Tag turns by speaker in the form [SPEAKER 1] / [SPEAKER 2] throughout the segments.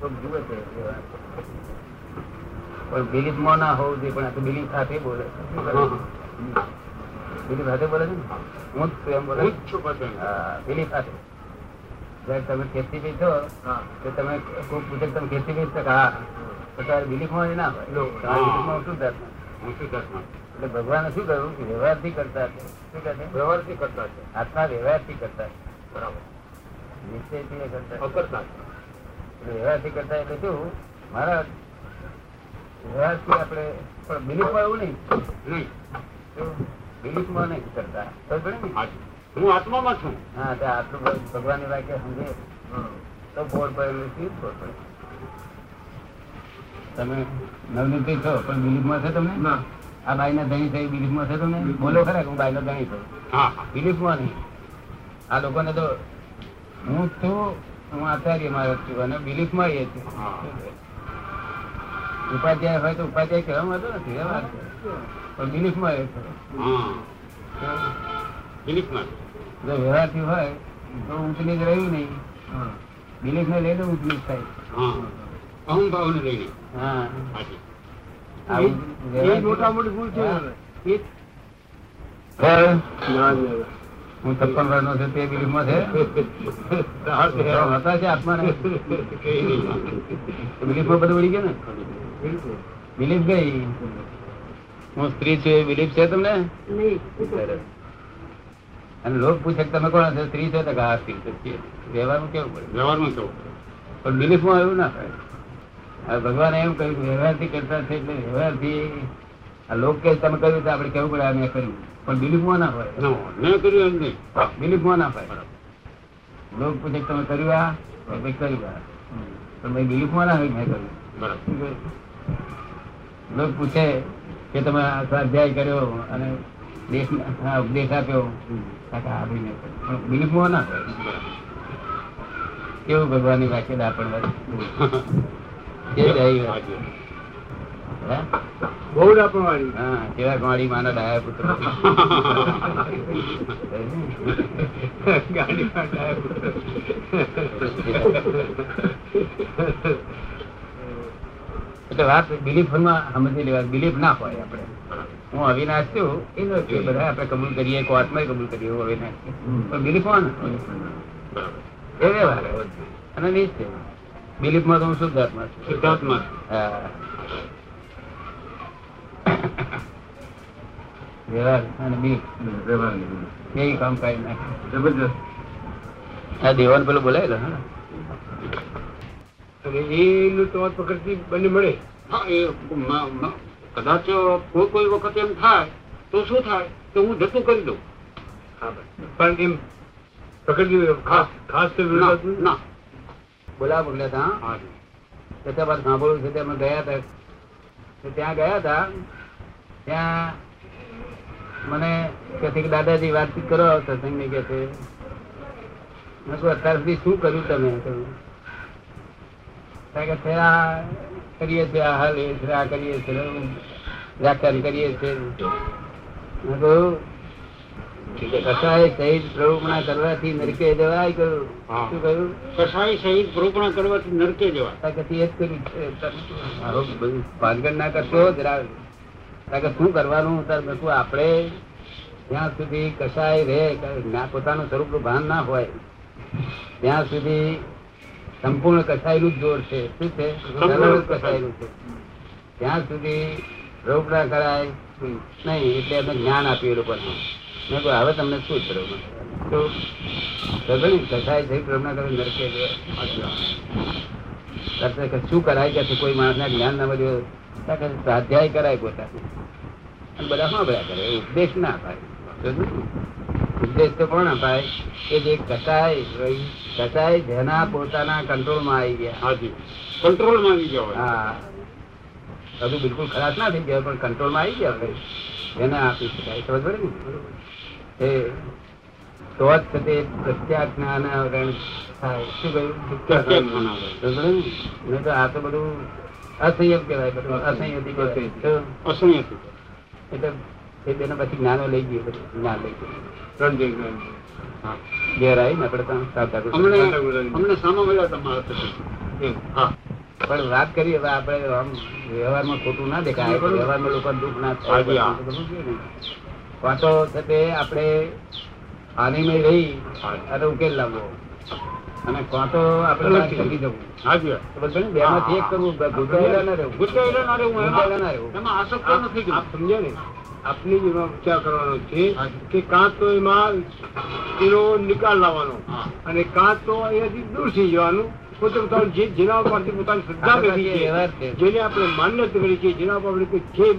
[SPEAKER 1] કોક જુએ છે પણ બિલીફ માં ના હોવું જોઈએ પણ આ તો બિલીફ સાથે બોલે છે બિલીફ સાથે બોલે છે ને? હું જ છું એમ બોલે છે. હા, બિલીફ સાથે જ્યારે તમે ખેતી બી છો તો તમે કોઈ પૂછે કે તમે ખેતી બી શકો હા તો તમારે બિલીફમાં એ ના હોય
[SPEAKER 2] લો.
[SPEAKER 1] તમારે બિલીફમાં શું જાતનું? એટલે ભગવાને શું કહ્યું કે વ્યવહારથી કરતા છે શું કહે છે
[SPEAKER 2] વ્યવહારથી કરતા છે
[SPEAKER 1] આત્મા વ્યવહારથી કરતા છે
[SPEAKER 2] બરાબર
[SPEAKER 1] નિશ્ચયથી એ કરતા છે.
[SPEAKER 2] અકર્તા
[SPEAKER 1] એટલે વ્યવહારથી કરતા એટલે શું મારા વ્યવહારથી આપણે પણ બિલીફમાં એવું નહીં
[SPEAKER 2] છે નહીં
[SPEAKER 1] શું? બિલીફમાં નહીં કરતા ખબર પડી ને?
[SPEAKER 2] આ- હું આત્મામાં છું
[SPEAKER 1] હા તો આટલું બધું ભગવાનની વાક્ય સમજે તો બોર પડેલું છે બોર પડે તમે નવનીતિ છો પણ બિલીફમાં છે તમને
[SPEAKER 2] ના
[SPEAKER 1] આ બાઈના ધણી થઈ બિલીફમાં છે તમને બોલો ખરા કે હું બાઈનો ધણી છું
[SPEAKER 2] હા હા
[SPEAKER 1] બિલીફમાં નહીં આ લોકોને તો હું છું હું આચાર્ય મારો છું અને બિલીફમાં એ છું
[SPEAKER 2] હા.
[SPEAKER 1] ઉપાધ્યાય હોય તો ઉપાધ્યાય કહેવામાં આવતો નથી એ વાત છે. પણ બિલીફમાં એ છું
[SPEAKER 2] હા બિલીફમાં છે.
[SPEAKER 1] જો વ્યવહારથી હોય તો ઊંચની જ રહ્યું નહીં બિલીફને લઈને ઊંચની જ થાય
[SPEAKER 2] હા અહંભાવને લઈને
[SPEAKER 1] હા
[SPEAKER 2] હાજી
[SPEAKER 1] આવું વ્યવહારથી- હા. હું છપ્પન વર્ષનો છું તે બિલીફમાં છે હતા છે આત્માને બિલીફમાં બધું ઉડી ગયું ને બિલીફ ગઈ હું સ્ત્રી છું એ બિલીફ છે તમને સરસ. અને લોક પૂછે કે તમે કોણ છો સ્ત્રી છો તો કે હા સ્ત્રી તો છીએ વ્યવહારમાં કેવું પડે
[SPEAKER 2] વ્યવહારમાં કેવું
[SPEAKER 1] પણ બિલીફમાં એવું ના થાય હવે ભગવાને એમ કહ્યું કે વ્યવહારથી કરતા છે એટલે વ્યવહારથી આ લોક કે તમે કહ્યું તો આપણે કેવું પડે આ મેં કર્યું પણ બિલીફમાં ના હોય
[SPEAKER 2] ના, મેં કર્યું એમ નહીં
[SPEAKER 1] બિલીફમાં ના હોય લોક પૂછે કે તમે કર્યું આ તો ભાઈ કર્યું આ પણ ભાઈ બિલીફમાં ના હોય કે મેં કર્યું
[SPEAKER 2] બરાબર
[SPEAKER 1] લોક પૂછે કે તમે આ સ્વાધ્યાય કર્યો અને દેશ આ ઉપદેશ આપ્યો કાકા આ ભાઈને કર્યો. પણ બિલીફમાં ના હોય કેવું ભગવાનની વાક્યતા આપણને કેવી રહી વાત?
[SPEAKER 2] હાજી.
[SPEAKER 1] હે?
[SPEAKER 3] બહુ ડાપણવાળી
[SPEAKER 1] હા, કેવા ગોળી માના ડાયા પુત્ર
[SPEAKER 3] ગાડીમાં ડાયા પુત્ર.
[SPEAKER 1] એટલે વાત બિલીફ માં સમજી લેવા બિલીફ ના હોય આપણે હું અવિનાશ છું એ નથી બધા આપણે કબૂલ કરીએ કોર્ટમાં કબૂલ કરીએ હું અવિનાશ છું. પણ બિલીફમાં ના હોય.
[SPEAKER 2] બરાબર.
[SPEAKER 1] એ વ્યવહાર હોય. અને નિશ્ચય બિલીફમાં તો હું શુદ્ધાત્મા છું
[SPEAKER 2] શુદ્ધાત્મા.
[SPEAKER 1] હા. વ્યવહાર અને બિલીફ બે કામ કાઢી નાખે
[SPEAKER 3] જબરજસ્ત
[SPEAKER 1] આ દેવાન પેલું બોલાયેલો ને
[SPEAKER 3] અને એનું તમારી પકડતી બંને મળે
[SPEAKER 2] હા, એ મ- મ- કદાચ કોઈ કોઈ વખત એમ થાય તો શું થાય કે હું જતું કરી દઉં
[SPEAKER 3] પણ એમ પકડતી ખાસ ખાસ તો
[SPEAKER 2] ના,
[SPEAKER 3] વિરોધ
[SPEAKER 2] ના.
[SPEAKER 1] બોલાવા મોકલ્યા હતા હા.
[SPEAKER 2] હાજી.
[SPEAKER 1] ત્યાર બાદ સાંભળ્યું છે ત્યાં અમે ગયા હતા તો ત્યાં ગયા હતા ત્યાં મને કહે છે કે દાદાજી વાતચીત કરો સત્સંગની કહે છે મેં કહ્યું અત્યાર સુધી શું કર્યું તમે કહ્યું ત્યાં કે છે આ કરીએ છીએ આ હાલ એ છે આ કરીએ છીએ વ્યાખ્યાન કરીએ છીએ મેં કહ્યું કસાય સહિત પ્રવૃત્તિના કરવાથી નરકે જવાય કહ્યું
[SPEAKER 2] હા.
[SPEAKER 1] શું કહ્યું
[SPEAKER 2] કસાય સહિત રોપણા કરવાથી નરકે જવાય
[SPEAKER 1] તાકાતથી એ જ કર્યું છે. મારો બધું ભાનગડ ના કરશો જરા તાકાત શું કરવાનું તાર મેં કીધું આપણે જ્યાં સુધી કશાય રહે કે ના પોતાનું સ્વરૂપનું ભાન ના હોય ત્યાં સુધી સંપૂર્ણ કસાયેલું જ જોર છે શું છે
[SPEAKER 2] સંપૂર્ણ
[SPEAKER 1] કસાયેલું છે ત્યાં સુધી રોગ ના કરાય નહીં એટલે અમે જ્ઞાન આપ્યું એ લોકોને મેં કહ્યું હવે તમને શું જરૂર તો ખબર ને કસાય થઈ પ્રમાણ કરે નરકે ગયો. કરતા કે શું કરાય કે છે? કોઈ માણસને જ્ઞાન ના મળ્યું હોય તો કે સ્વાધ્યાય કરાય પોતાને અને બધા શું બધા કરે ઉપદેશ ના અપાય સમજ્યું ને? ઉપદેશ તો કોણ અપાય કે જે કસાય રહી કસાય જેના પોતાના કંટ્રોલમાં આવી ગયા
[SPEAKER 2] હાજી કંટ્રોલમાં આવી જવાય
[SPEAKER 1] હા હજુ બિલકુલ ખરાબ ના થઈ ગયા પણ કંટ્રોલમાં આવી ગયા હવે. એને આપી શકાય સમજ પડી ને એ તો જ છે તે પ્રત્યાગ જ્ઞાન અવરણ થાય શું કહ્યું
[SPEAKER 2] પ્રત્યાગ જ્ઞાન અવરણ.
[SPEAKER 1] સમજ પડી ને? નહીં તો આ તો બધું અસંયમ કહેવાય બધું અસંયતી કહેવાય. તો
[SPEAKER 2] અસહ્ય થઈ
[SPEAKER 1] એટલે એ બેનો પછી જ્ઞાનો લઈ ગયું બધું જ્ઞાન લઈ ગયું
[SPEAKER 3] ત્રણ જગ્યાએ.
[SPEAKER 2] જાય. હા.
[SPEAKER 1] ઘેર આવીને આપણે ત્યાં સાવધાન
[SPEAKER 2] અમને
[SPEAKER 1] કરશું.
[SPEAKER 2] અમને સામા મળ્યા તમારા થકી.
[SPEAKER 3] એમ. હા.
[SPEAKER 1] પણ વાત કરી હવે આપણે આમ વ્યવહારમાં ખોટું ના દેખાય
[SPEAKER 3] બરોબર.
[SPEAKER 1] વ્યવહારમાં લોકોને દુઃખ ના
[SPEAKER 3] હાજી,
[SPEAKER 1] થાય
[SPEAKER 3] હા.
[SPEAKER 1] બધું સમજીએ ને. કાં તો છે તે આપણે આનીમય
[SPEAKER 3] હા.
[SPEAKER 1] રહી અને ઉકેલ લાવવો અને કાં તો આપણે
[SPEAKER 3] અલગ
[SPEAKER 1] બહાર
[SPEAKER 3] થઈ
[SPEAKER 1] નીકળી જવું
[SPEAKER 3] હાજી હા.
[SPEAKER 1] ખબર છે ને? બેમાંથી એક કરવું ભૂતકાયેલા ના રહેવું
[SPEAKER 2] ગુસાયેલો ના રહેવું, એમાં-
[SPEAKER 1] ગુસાયેલા ના રહેવું.
[SPEAKER 2] એમાં આસક્ત નથી
[SPEAKER 3] આપ-
[SPEAKER 2] જોવું.
[SPEAKER 3] આપ સમજ્યા ને આપને જ એમાં વિચાર કરવાનો છે
[SPEAKER 2] હાજી.
[SPEAKER 3] કે કાં તો એમાં એનો નિકાલ લાવવાનો
[SPEAKER 2] હા.
[SPEAKER 3] અને કાં તો અહીંયાથી દૂર થઈ જવાનું પોતે પોતાનું જે જેના ઉપરથી પોતાની શ્રદ્ધા
[SPEAKER 1] આપણે
[SPEAKER 3] બેઠી
[SPEAKER 1] જે વ્યવહાર છે.
[SPEAKER 3] છે જેને આપણે માન્યતા કરી છે જેના ઉપર આપણે કોઈ જે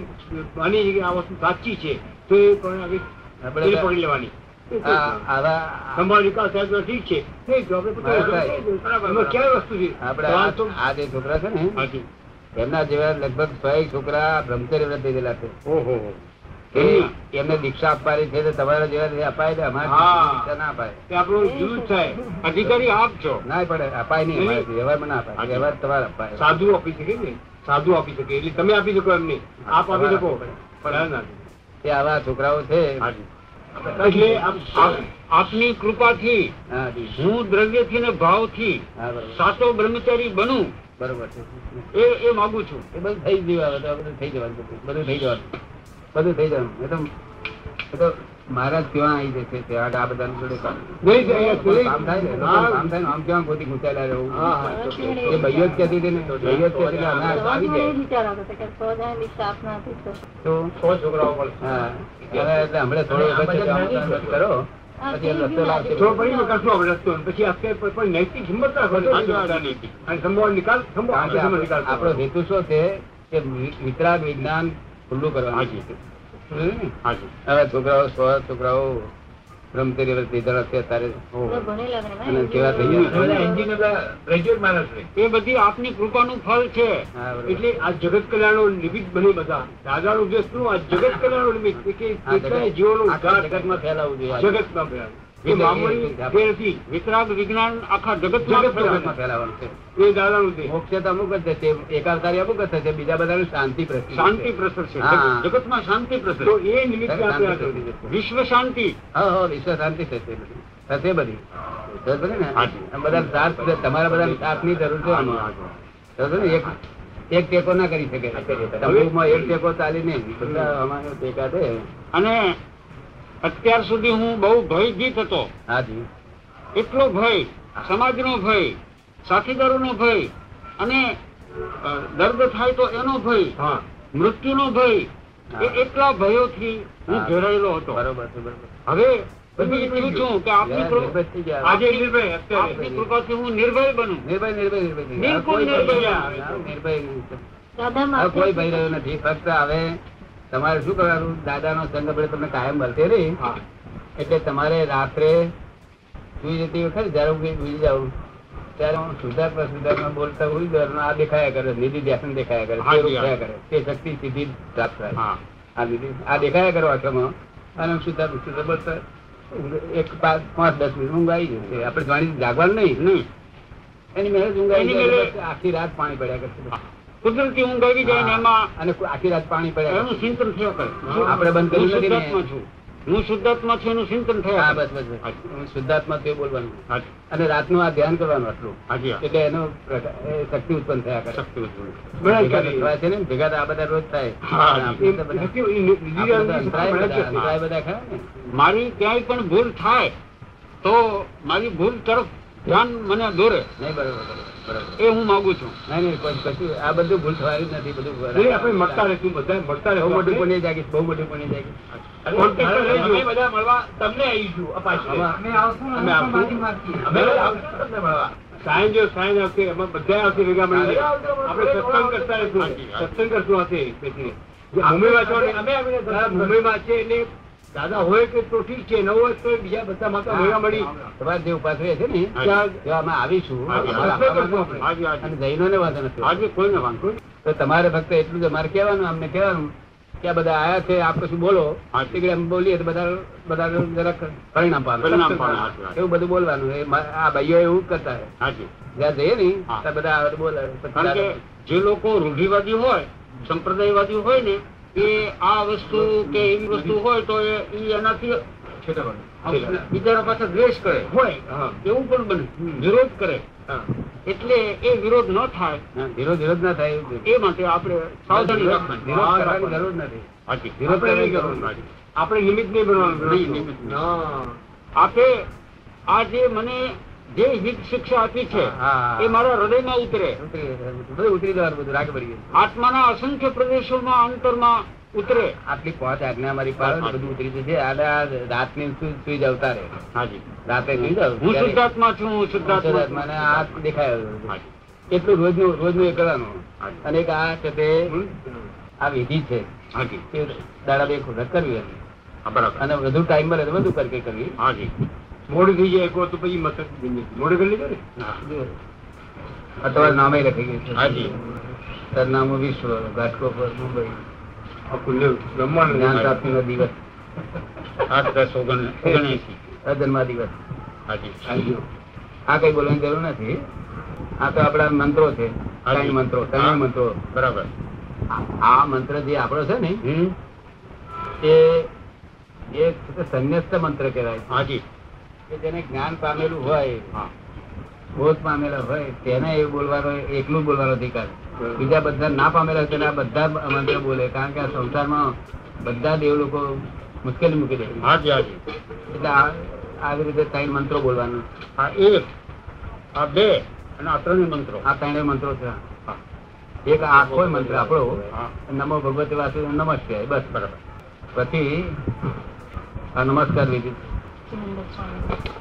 [SPEAKER 3] માની છે કે આ વસ્તુ સાચી છે તો એ પણ આપણે
[SPEAKER 1] આપણે
[SPEAKER 3] એ પકડી લેવાની
[SPEAKER 1] આ- આવા
[SPEAKER 3] સંભાળ વિકાસ સાહેબ તો ઠીક છે નહીં તો આપણે પોતાની
[SPEAKER 1] બરાબર.
[SPEAKER 3] શ્રદ્ધા છે. એમાં ક્યાં વસ્તુ છે
[SPEAKER 1] આપણે
[SPEAKER 3] આ
[SPEAKER 1] આ
[SPEAKER 3] તો-
[SPEAKER 1] આ જે છોકરા છે ને
[SPEAKER 3] હાજી.
[SPEAKER 1] એમના જેવા લગભગ છ છોકરા બ્રહ્મચર્ય વ્રત લીધેલા છે
[SPEAKER 3] ઓહો હો.
[SPEAKER 1] એ એમને દીક્ષા આપવાની છે તો તમારા જેવા જે અપાય ને અમારે
[SPEAKER 3] હા.
[SPEAKER 1] દીક્ષા ના અપાય
[SPEAKER 3] તે આપણું જુદું જ થાય અધિકારી આપ છો
[SPEAKER 1] ના પડે અપાય નહીં અમારે વ્યવહારમાં ના અપાય
[SPEAKER 3] હાજી.
[SPEAKER 1] વ્યવહાર તમારે અપાય
[SPEAKER 3] સાધુ આપી શકે ને સાધુ આપી શકે એટલે તમે આપી શકો એમ નહીં આપ આપી શકો પણ ના, ના.
[SPEAKER 1] તે આવા છોકરાઓ છે
[SPEAKER 3] એટલે આપ- આપ-
[SPEAKER 2] આપની કૃપાથી
[SPEAKER 1] હા જી.
[SPEAKER 2] હું દ્રવ્યથી ને ભાવથી
[SPEAKER 1] હા બરોબર
[SPEAKER 2] સાચો બ્રહ્મચારી બનું
[SPEAKER 1] બરોબર છે
[SPEAKER 2] એ એ માગું છું
[SPEAKER 1] એ બધું થઈ ગયું હવે તો આ બધું થઈ જવાનું બધું. બધું થઈ જવાનું બધું થઈ જવાનું એ તો એ તો મહારાજ ક્યાં આવી જશે ત્યાં આ બધાનું બધું કામ
[SPEAKER 3] નહીં, નહીં, નહીં.
[SPEAKER 1] કામ થાય ને,
[SPEAKER 3] હા.
[SPEAKER 1] કામ થાય ને, આમ ક્યાં ગોતી ઘૂંચાયેલા રહેવું?
[SPEAKER 3] હા, હા.
[SPEAKER 1] એ ભાઈઓ જ કહેતી હતી ને, ભાઈઓ જ કહેતી હતી, અમે આ આવી
[SPEAKER 4] સવારમાં એ
[SPEAKER 1] જાય
[SPEAKER 4] વિચાર આવતો હતો કે સો જણા દીક્ષા આપનાર
[SPEAKER 1] તો
[SPEAKER 4] થશે.
[SPEAKER 3] સો છોકરાઓ પણ
[SPEAKER 1] હા હવે એટલે હમણાં થોડો વખત છે તો આમ તામ વાત કરો પછી આ રસ્તો લાવશે.
[SPEAKER 3] થોડો પડી ને કરશું આપણે રસ્તો અને પછી આપણે કોઈ પણ નૈતિક હિંમત ના કરશો.
[SPEAKER 2] સાચી વાત આની હતી.
[SPEAKER 3] અને સંભાવ નિકાલ સંભાવ
[SPEAKER 1] કારણ કે
[SPEAKER 3] આપણે સંભાવ
[SPEAKER 1] આપણો
[SPEAKER 3] નિકાલ
[SPEAKER 1] આપણો
[SPEAKER 3] કરવાનો.
[SPEAKER 1] હેતુ શું છે કે વિ- વિતરાગ વિજ્ઞાન ખુલ્લું કરવાનું
[SPEAKER 3] હાજી.
[SPEAKER 1] છે. સમજ્યું ને?
[SPEAKER 3] હાજી.
[SPEAKER 1] હવે છોકરાઓ સો છોકરાઓ બ્રહ્મચર્ય વ્રત લીધેલા છે અત્યારે
[SPEAKER 4] બધા ભણેલા ગણેલા.
[SPEAKER 1] અને કેવા થઈ ગયા?
[SPEAKER 4] બધા
[SPEAKER 2] એ બધી આપની કૃપાનું ફળ છે
[SPEAKER 1] હા, બરોબર.
[SPEAKER 3] એટલે આ જગત કલ્યાણનો નિમિત્ત બને બધા દાદાનું વ્યસ્તનું આ જગત કલ્યાણનું નિમિત્ત કે
[SPEAKER 1] આ
[SPEAKER 3] કેટલાય
[SPEAKER 1] જગત-
[SPEAKER 3] જીવોનો
[SPEAKER 1] આખા
[SPEAKER 3] ઉદ્ધાર
[SPEAKER 1] જગતમાં ફેલાવવું જોઈએ.
[SPEAKER 3] જગતમાં ફેલાવે. એ મામૂલી ફેર નથી
[SPEAKER 2] વિતરાગ વિજ્ઞાન આખા જગતમાં
[SPEAKER 3] જગતમાં
[SPEAKER 2] ફેલાવે.
[SPEAKER 1] જગતમાં ફેલાવવાનું છે
[SPEAKER 3] એ દાદાનું છે
[SPEAKER 1] મોક્ષ તો અમુક જ થશે એકાવતારી અમુક જ થશે બીજા બધાનું શાંતિ પ્રસરી
[SPEAKER 2] શાંતિ
[SPEAKER 1] છે.
[SPEAKER 2] પ્રસર છે
[SPEAKER 1] હા.
[SPEAKER 2] જગતમાં શાંતિ પ્રસર
[SPEAKER 3] તો એ નિમિત્તે આપણે આ
[SPEAKER 1] શાંતિ
[SPEAKER 3] કરીએ.
[SPEAKER 1] પ્રસરી છે.
[SPEAKER 2] વિશ્વ શાંતિ
[SPEAKER 1] હા હા વિશ્વ શાંતિ થશે બધી થશે બધી થશે બધી ને
[SPEAKER 3] હાજી.
[SPEAKER 1] આ બધા સાથ છે. તમારા બધા સાથની જરૂર છે આમાં. સમજો ને? એક એક ટેકો ના કરી શકે તંબુમાં એક ટેકો ચાલી નહીં બધા અમારે ટેકા દે
[SPEAKER 2] અને અત્યાર સુધી હું બહુ ભયભીત હતો
[SPEAKER 1] હાજી
[SPEAKER 2] એટલો ભય સમાજનો ભય સાથીદારોનો ભય અને અ, દર્દ થાય તો એનો ભય
[SPEAKER 3] હા
[SPEAKER 2] મૃત્યુનો ભય
[SPEAKER 1] હા.
[SPEAKER 2] એ એટલા ભયોથી હું
[SPEAKER 1] હા.
[SPEAKER 2] ઘેરાયેલો હતો
[SPEAKER 1] બરોબર છે બરોબર
[SPEAKER 2] હવે
[SPEAKER 3] બધું
[SPEAKER 2] હું ઈચ્છું છું કે આપની
[SPEAKER 1] જરા
[SPEAKER 2] કૃપા-
[SPEAKER 1] નિર્ભય થઈ ગયા.
[SPEAKER 3] આજે નિર્ભય અત્યારે
[SPEAKER 2] આપની કૃપાથી હું નિર્ભય બનું
[SPEAKER 1] નિર્ભય નિર્ભય નિર્ભય થઈ ગયા.
[SPEAKER 2] બિલકુલ
[SPEAKER 1] કોઈ ભય
[SPEAKER 2] નિર્ભય.
[SPEAKER 1] નહીં. હા, નિર્ભય નહીં.
[SPEAKER 4] દાદા
[SPEAKER 1] હવે
[SPEAKER 4] માથે
[SPEAKER 1] કોઈ ભય રહ્યો નથી ફક્ત હવે તમારે શું કરવાનું દાદાનો સંગ આપણે તમને કાયમ મળશે રહી
[SPEAKER 3] હા
[SPEAKER 1] એટલે તમારે રાત્રે સુઈ જતી વખતે જ્યારે હું સુઈ જાઉં ત્યારે હું સુધાર સુધારમાં બોલતા હોય જવાનું આ દેખાયા કરે નિધિ ધ્યાસન દેખાયા કરે તે
[SPEAKER 3] હા, જી,
[SPEAKER 1] રૂપ
[SPEAKER 3] હા.
[SPEAKER 1] થયા કરે તે શક્તિ સીધી પ્રાપ્ત થાય
[SPEAKER 3] હા
[SPEAKER 1] આ નિધિ આ દેખાયા કરો આશ્રમમાં અને હું સુધાર સુધાર બોલતા ઊંઘ- એક પાંચ પાંચ દસ મિનિટ ઊંઘ આવી જશે આપણે જાણી જાગવાનું નહીં
[SPEAKER 2] નહીં
[SPEAKER 1] એની મેળે જ ઊંઘ આવી
[SPEAKER 2] એની
[SPEAKER 1] જાય.
[SPEAKER 2] મેળે-
[SPEAKER 1] બસ આખી રાત પાણી પડ્યા કરશે
[SPEAKER 2] કુદરતી ઊંઘ આવી જાય ને
[SPEAKER 1] હા.
[SPEAKER 2] એમાં
[SPEAKER 1] અને આખી રાત પાણી પડ્યા
[SPEAKER 2] એનું
[SPEAKER 1] કરશે.
[SPEAKER 2] ચિંતન થયા કરે
[SPEAKER 1] હા, આપણે બંધ કર્યું
[SPEAKER 2] હું
[SPEAKER 1] નથી ને.
[SPEAKER 2] શુદ્ધાત્મા છું હું શુદ્ધાત્મા છું એનું ચિંતન
[SPEAKER 1] હા
[SPEAKER 2] થયા કરે.
[SPEAKER 1] બસ બસ બસ હું શુદ્ધાત્મા તે બોલવાનું
[SPEAKER 2] હા,
[SPEAKER 1] અને રાતનું આ ધ્યાન કરવાનું આટલું
[SPEAKER 2] હાજી હા.
[SPEAKER 1] એટલે એનો પ્રકા- એ શક્તિ ઉત્પન્ન થયા કરે
[SPEAKER 2] શક્તિ ઉત્પન્ન.
[SPEAKER 3] બરાબર.
[SPEAKER 1] ભેગા તો થવા છે ને ભેગા તો આ બધા રોજ થાય
[SPEAKER 2] હા.
[SPEAKER 1] અને
[SPEAKER 3] એ
[SPEAKER 1] આપણે તો બધા-
[SPEAKER 3] નથી, એ નિ- નિધિ
[SPEAKER 1] આપણે બધા
[SPEAKER 3] અંદર
[SPEAKER 1] અંતરાય
[SPEAKER 3] સંભાળે
[SPEAKER 1] બધા-
[SPEAKER 3] જ છે.
[SPEAKER 1] અંતરાય બધા ખરા ને
[SPEAKER 2] મારી ક્યાંય પણ ભૂલ થાય તો મારી ભૂલ તરફ ધ્યાન મને દોરે
[SPEAKER 1] નહીં બરોબર બરોબર, બરોબર
[SPEAKER 2] એ હું માગું છું
[SPEAKER 1] નહીં નહીં કોઈ કશું આ બધું ભૂલ થવાની જ નથી બધું બરાબર.
[SPEAKER 3] નહીં, આપણે મળતા રહેશું બધા મળતા
[SPEAKER 1] બહુ
[SPEAKER 3] રહેવું
[SPEAKER 1] મોટી પુણ્ય જાગીશ બહુ મોટી પુણ્ય જાગીશ
[SPEAKER 3] બધા મળવા તમને આવીશું
[SPEAKER 1] આમાં-
[SPEAKER 3] અમે આવશું. અમે આવશું તમને મળવા. સાંજ જો સાંજ આવશે એમાં બધા આવશે ભેગા મળીને આપણે સત્સંગ કરતા રહીશું સત્સંગ કરશું આવશે બેસીને. જે મુંબઈમાં છો ને- હા, મુંબઈમાં છે એટલે દાદા હોય કે તો ઠીક છે ન હોય તો બીજા બધા માતા ભેગા મળી
[SPEAKER 1] તમારે જે ઉપાસ રહે છે ને
[SPEAKER 3] ત્યાં
[SPEAKER 1] જો આમાં આવીશું
[SPEAKER 3] હા,
[SPEAKER 1] અમારા
[SPEAKER 3] હા.
[SPEAKER 1] આપણામાં
[SPEAKER 3] હા, હા, હા.
[SPEAKER 1] અને જૈનોને વાંધો નથી
[SPEAKER 2] આજે કોઈને વાંધો નહીં.
[SPEAKER 1] તો તમારે ફક્ત એટલું જ અમારે કહેવાનું અમને કહેવાનું કે આ બધા આયા છે આપ કશું બોલો
[SPEAKER 2] હા.
[SPEAKER 1] એટલે અમે બોલીએ તો બધા બધા જરાક પરિણામ પામે
[SPEAKER 2] પરિણામ પામે, સાચી વાત.
[SPEAKER 1] એવું બધું બોલવાનું એ મા- આ ભાઈઓ એવું જ કરતા હોય.
[SPEAKER 2] આજે.
[SPEAKER 1] જ્યાં જઈએ ને
[SPEAKER 2] હા.
[SPEAKER 1] ત્યાં બધા આવે તો બોલાવે પછી
[SPEAKER 2] કારણ કે જે લોકો રૂઢિવાદી હોય સંપ્રદાયવાદી હોય ને એ આ વસ્તુ કે એવી વસ્તુ હોય તો એ ઈ એનાથી
[SPEAKER 3] છેલ્લા.
[SPEAKER 2] બીજાના પાછળ દ્વેષ કરે
[SPEAKER 3] હોય હા
[SPEAKER 2] એવું પણ બને
[SPEAKER 3] હમ.
[SPEAKER 2] વિરોધ કરે
[SPEAKER 3] હા
[SPEAKER 2] એટલે એ વિરોધ ન થાય
[SPEAKER 1] ના, વિરોધ વિરોધ ના થાય એવું
[SPEAKER 2] એ માટે આપણે સાવધાની
[SPEAKER 1] વિરોધ
[SPEAKER 2] રાખવાની
[SPEAKER 1] કરવાની જરૂર નથી
[SPEAKER 2] હાજી.
[SPEAKER 1] વિરોધ
[SPEAKER 3] આપણે
[SPEAKER 1] કરવાની
[SPEAKER 3] નહીં
[SPEAKER 1] જરૂર
[SPEAKER 3] કરવાનું.
[SPEAKER 1] નથી
[SPEAKER 3] આપણે નિમિત્ત નહીં બનવાનું
[SPEAKER 2] નહીં, નિમિત્ત નહીં.
[SPEAKER 3] હા.
[SPEAKER 2] આપે આ જે મને જે હિત શિક્ષા આપી છે
[SPEAKER 1] હા.
[SPEAKER 2] એ મારા હૃદયમાં ઉતરે
[SPEAKER 1] ઉતરી જવાનું બધું. બધું ઉતરી જવાનું બધું રાગ પડી ગયું
[SPEAKER 2] આત્માના અસંખ્ય પ્રદેશોમાં અંતરમાં ઉતરે
[SPEAKER 1] આટલી પાંચ આજ્ઞા મારી પાડો ને બધું ઉતરી જશે અને આ રાતની સુ- સુઈ જવતા રહે
[SPEAKER 2] હાજી
[SPEAKER 1] રાતે સુઈ જાવ
[SPEAKER 2] હું
[SPEAKER 1] ત્યારે
[SPEAKER 2] શુદ્ધાત્મા છું હું શુદ્ધાત્મા છું.
[SPEAKER 1] મને આ દેખાયો
[SPEAKER 2] હાજી.
[SPEAKER 1] એટલું રોજનું રોજનું એ કરવાનું
[SPEAKER 2] હાજી.
[SPEAKER 1] અને એક આ છે તે આ વિધિ છે
[SPEAKER 2] હાજી
[SPEAKER 1] તે દાડા બે વખત કરવી એમ.
[SPEAKER 2] હા, બરાબર
[SPEAKER 1] અને વધુ ટાઈમ મળે તો વધુ કરકે કરવી
[SPEAKER 2] હાજી
[SPEAKER 3] મોડું થઈ જાય એક વાર તો પછી મથક જઈએ. મોડું કરી લીધું ને
[SPEAKER 2] હા.
[SPEAKER 1] આ તમારું નામે લખી ગયું છે
[SPEAKER 2] હાજી
[SPEAKER 1] સરનામું વિશ્વ ઘાટકો પર મુંબઈ
[SPEAKER 3] આ ખુલ્લું બ્રહ્માંડ
[SPEAKER 1] જ્ઞાન પ્રાપ્તિનો દિવસ
[SPEAKER 2] આઠ દસ ઓગણ ઓગણએંસી.
[SPEAKER 1] અજન્મા દિવસ
[SPEAKER 2] હાજી
[SPEAKER 1] આ કઈ બોલવાની જરૂર નથી આ તો આપણા મંત્રો છે
[SPEAKER 2] હાજી.
[SPEAKER 1] ત્રણ મંત્રો
[SPEAKER 2] હા.
[SPEAKER 1] ત્રણ મંત્રો
[SPEAKER 2] બરાબર
[SPEAKER 1] આ- આ મંત્ર જે આપણો છે ને
[SPEAKER 2] હમ
[SPEAKER 1] એ એ સંન્યસ્ત મંત્ર કહેવાય છે
[SPEAKER 2] હાજી
[SPEAKER 1] કે જેને જ્ઞાન પામેલું હોય
[SPEAKER 2] હા
[SPEAKER 1] બોધ પામેલા હોય તેને એ બોલવાનો એકલું બોલવાનો અધિકાર બીજા બધા ના પામેલા હોય તેને આ બધા મંત્ર બોલે કારણ કે આ સંસારમાં બધા દેવ લોકો મુશ્કેલી મૂકી દે
[SPEAKER 2] હાજી હાજી
[SPEAKER 1] એટલે આ- આવી રીતે ત્રણ મંત્રો બોલવાનું
[SPEAKER 2] આ એક આ બે અને આ ત્રણેય મંત્રો
[SPEAKER 1] આ ત્રણેય મંત્રો છે
[SPEAKER 2] હા.
[SPEAKER 1] એક આખો મંત્ર આપણો
[SPEAKER 2] હા.
[SPEAKER 1] નમો ભગવતે વાસુ નમસ્તે બસ
[SPEAKER 2] બરાબર
[SPEAKER 1] પછી આ નમસ્કાર વિધિ
[SPEAKER 4] નંબર સ્વામી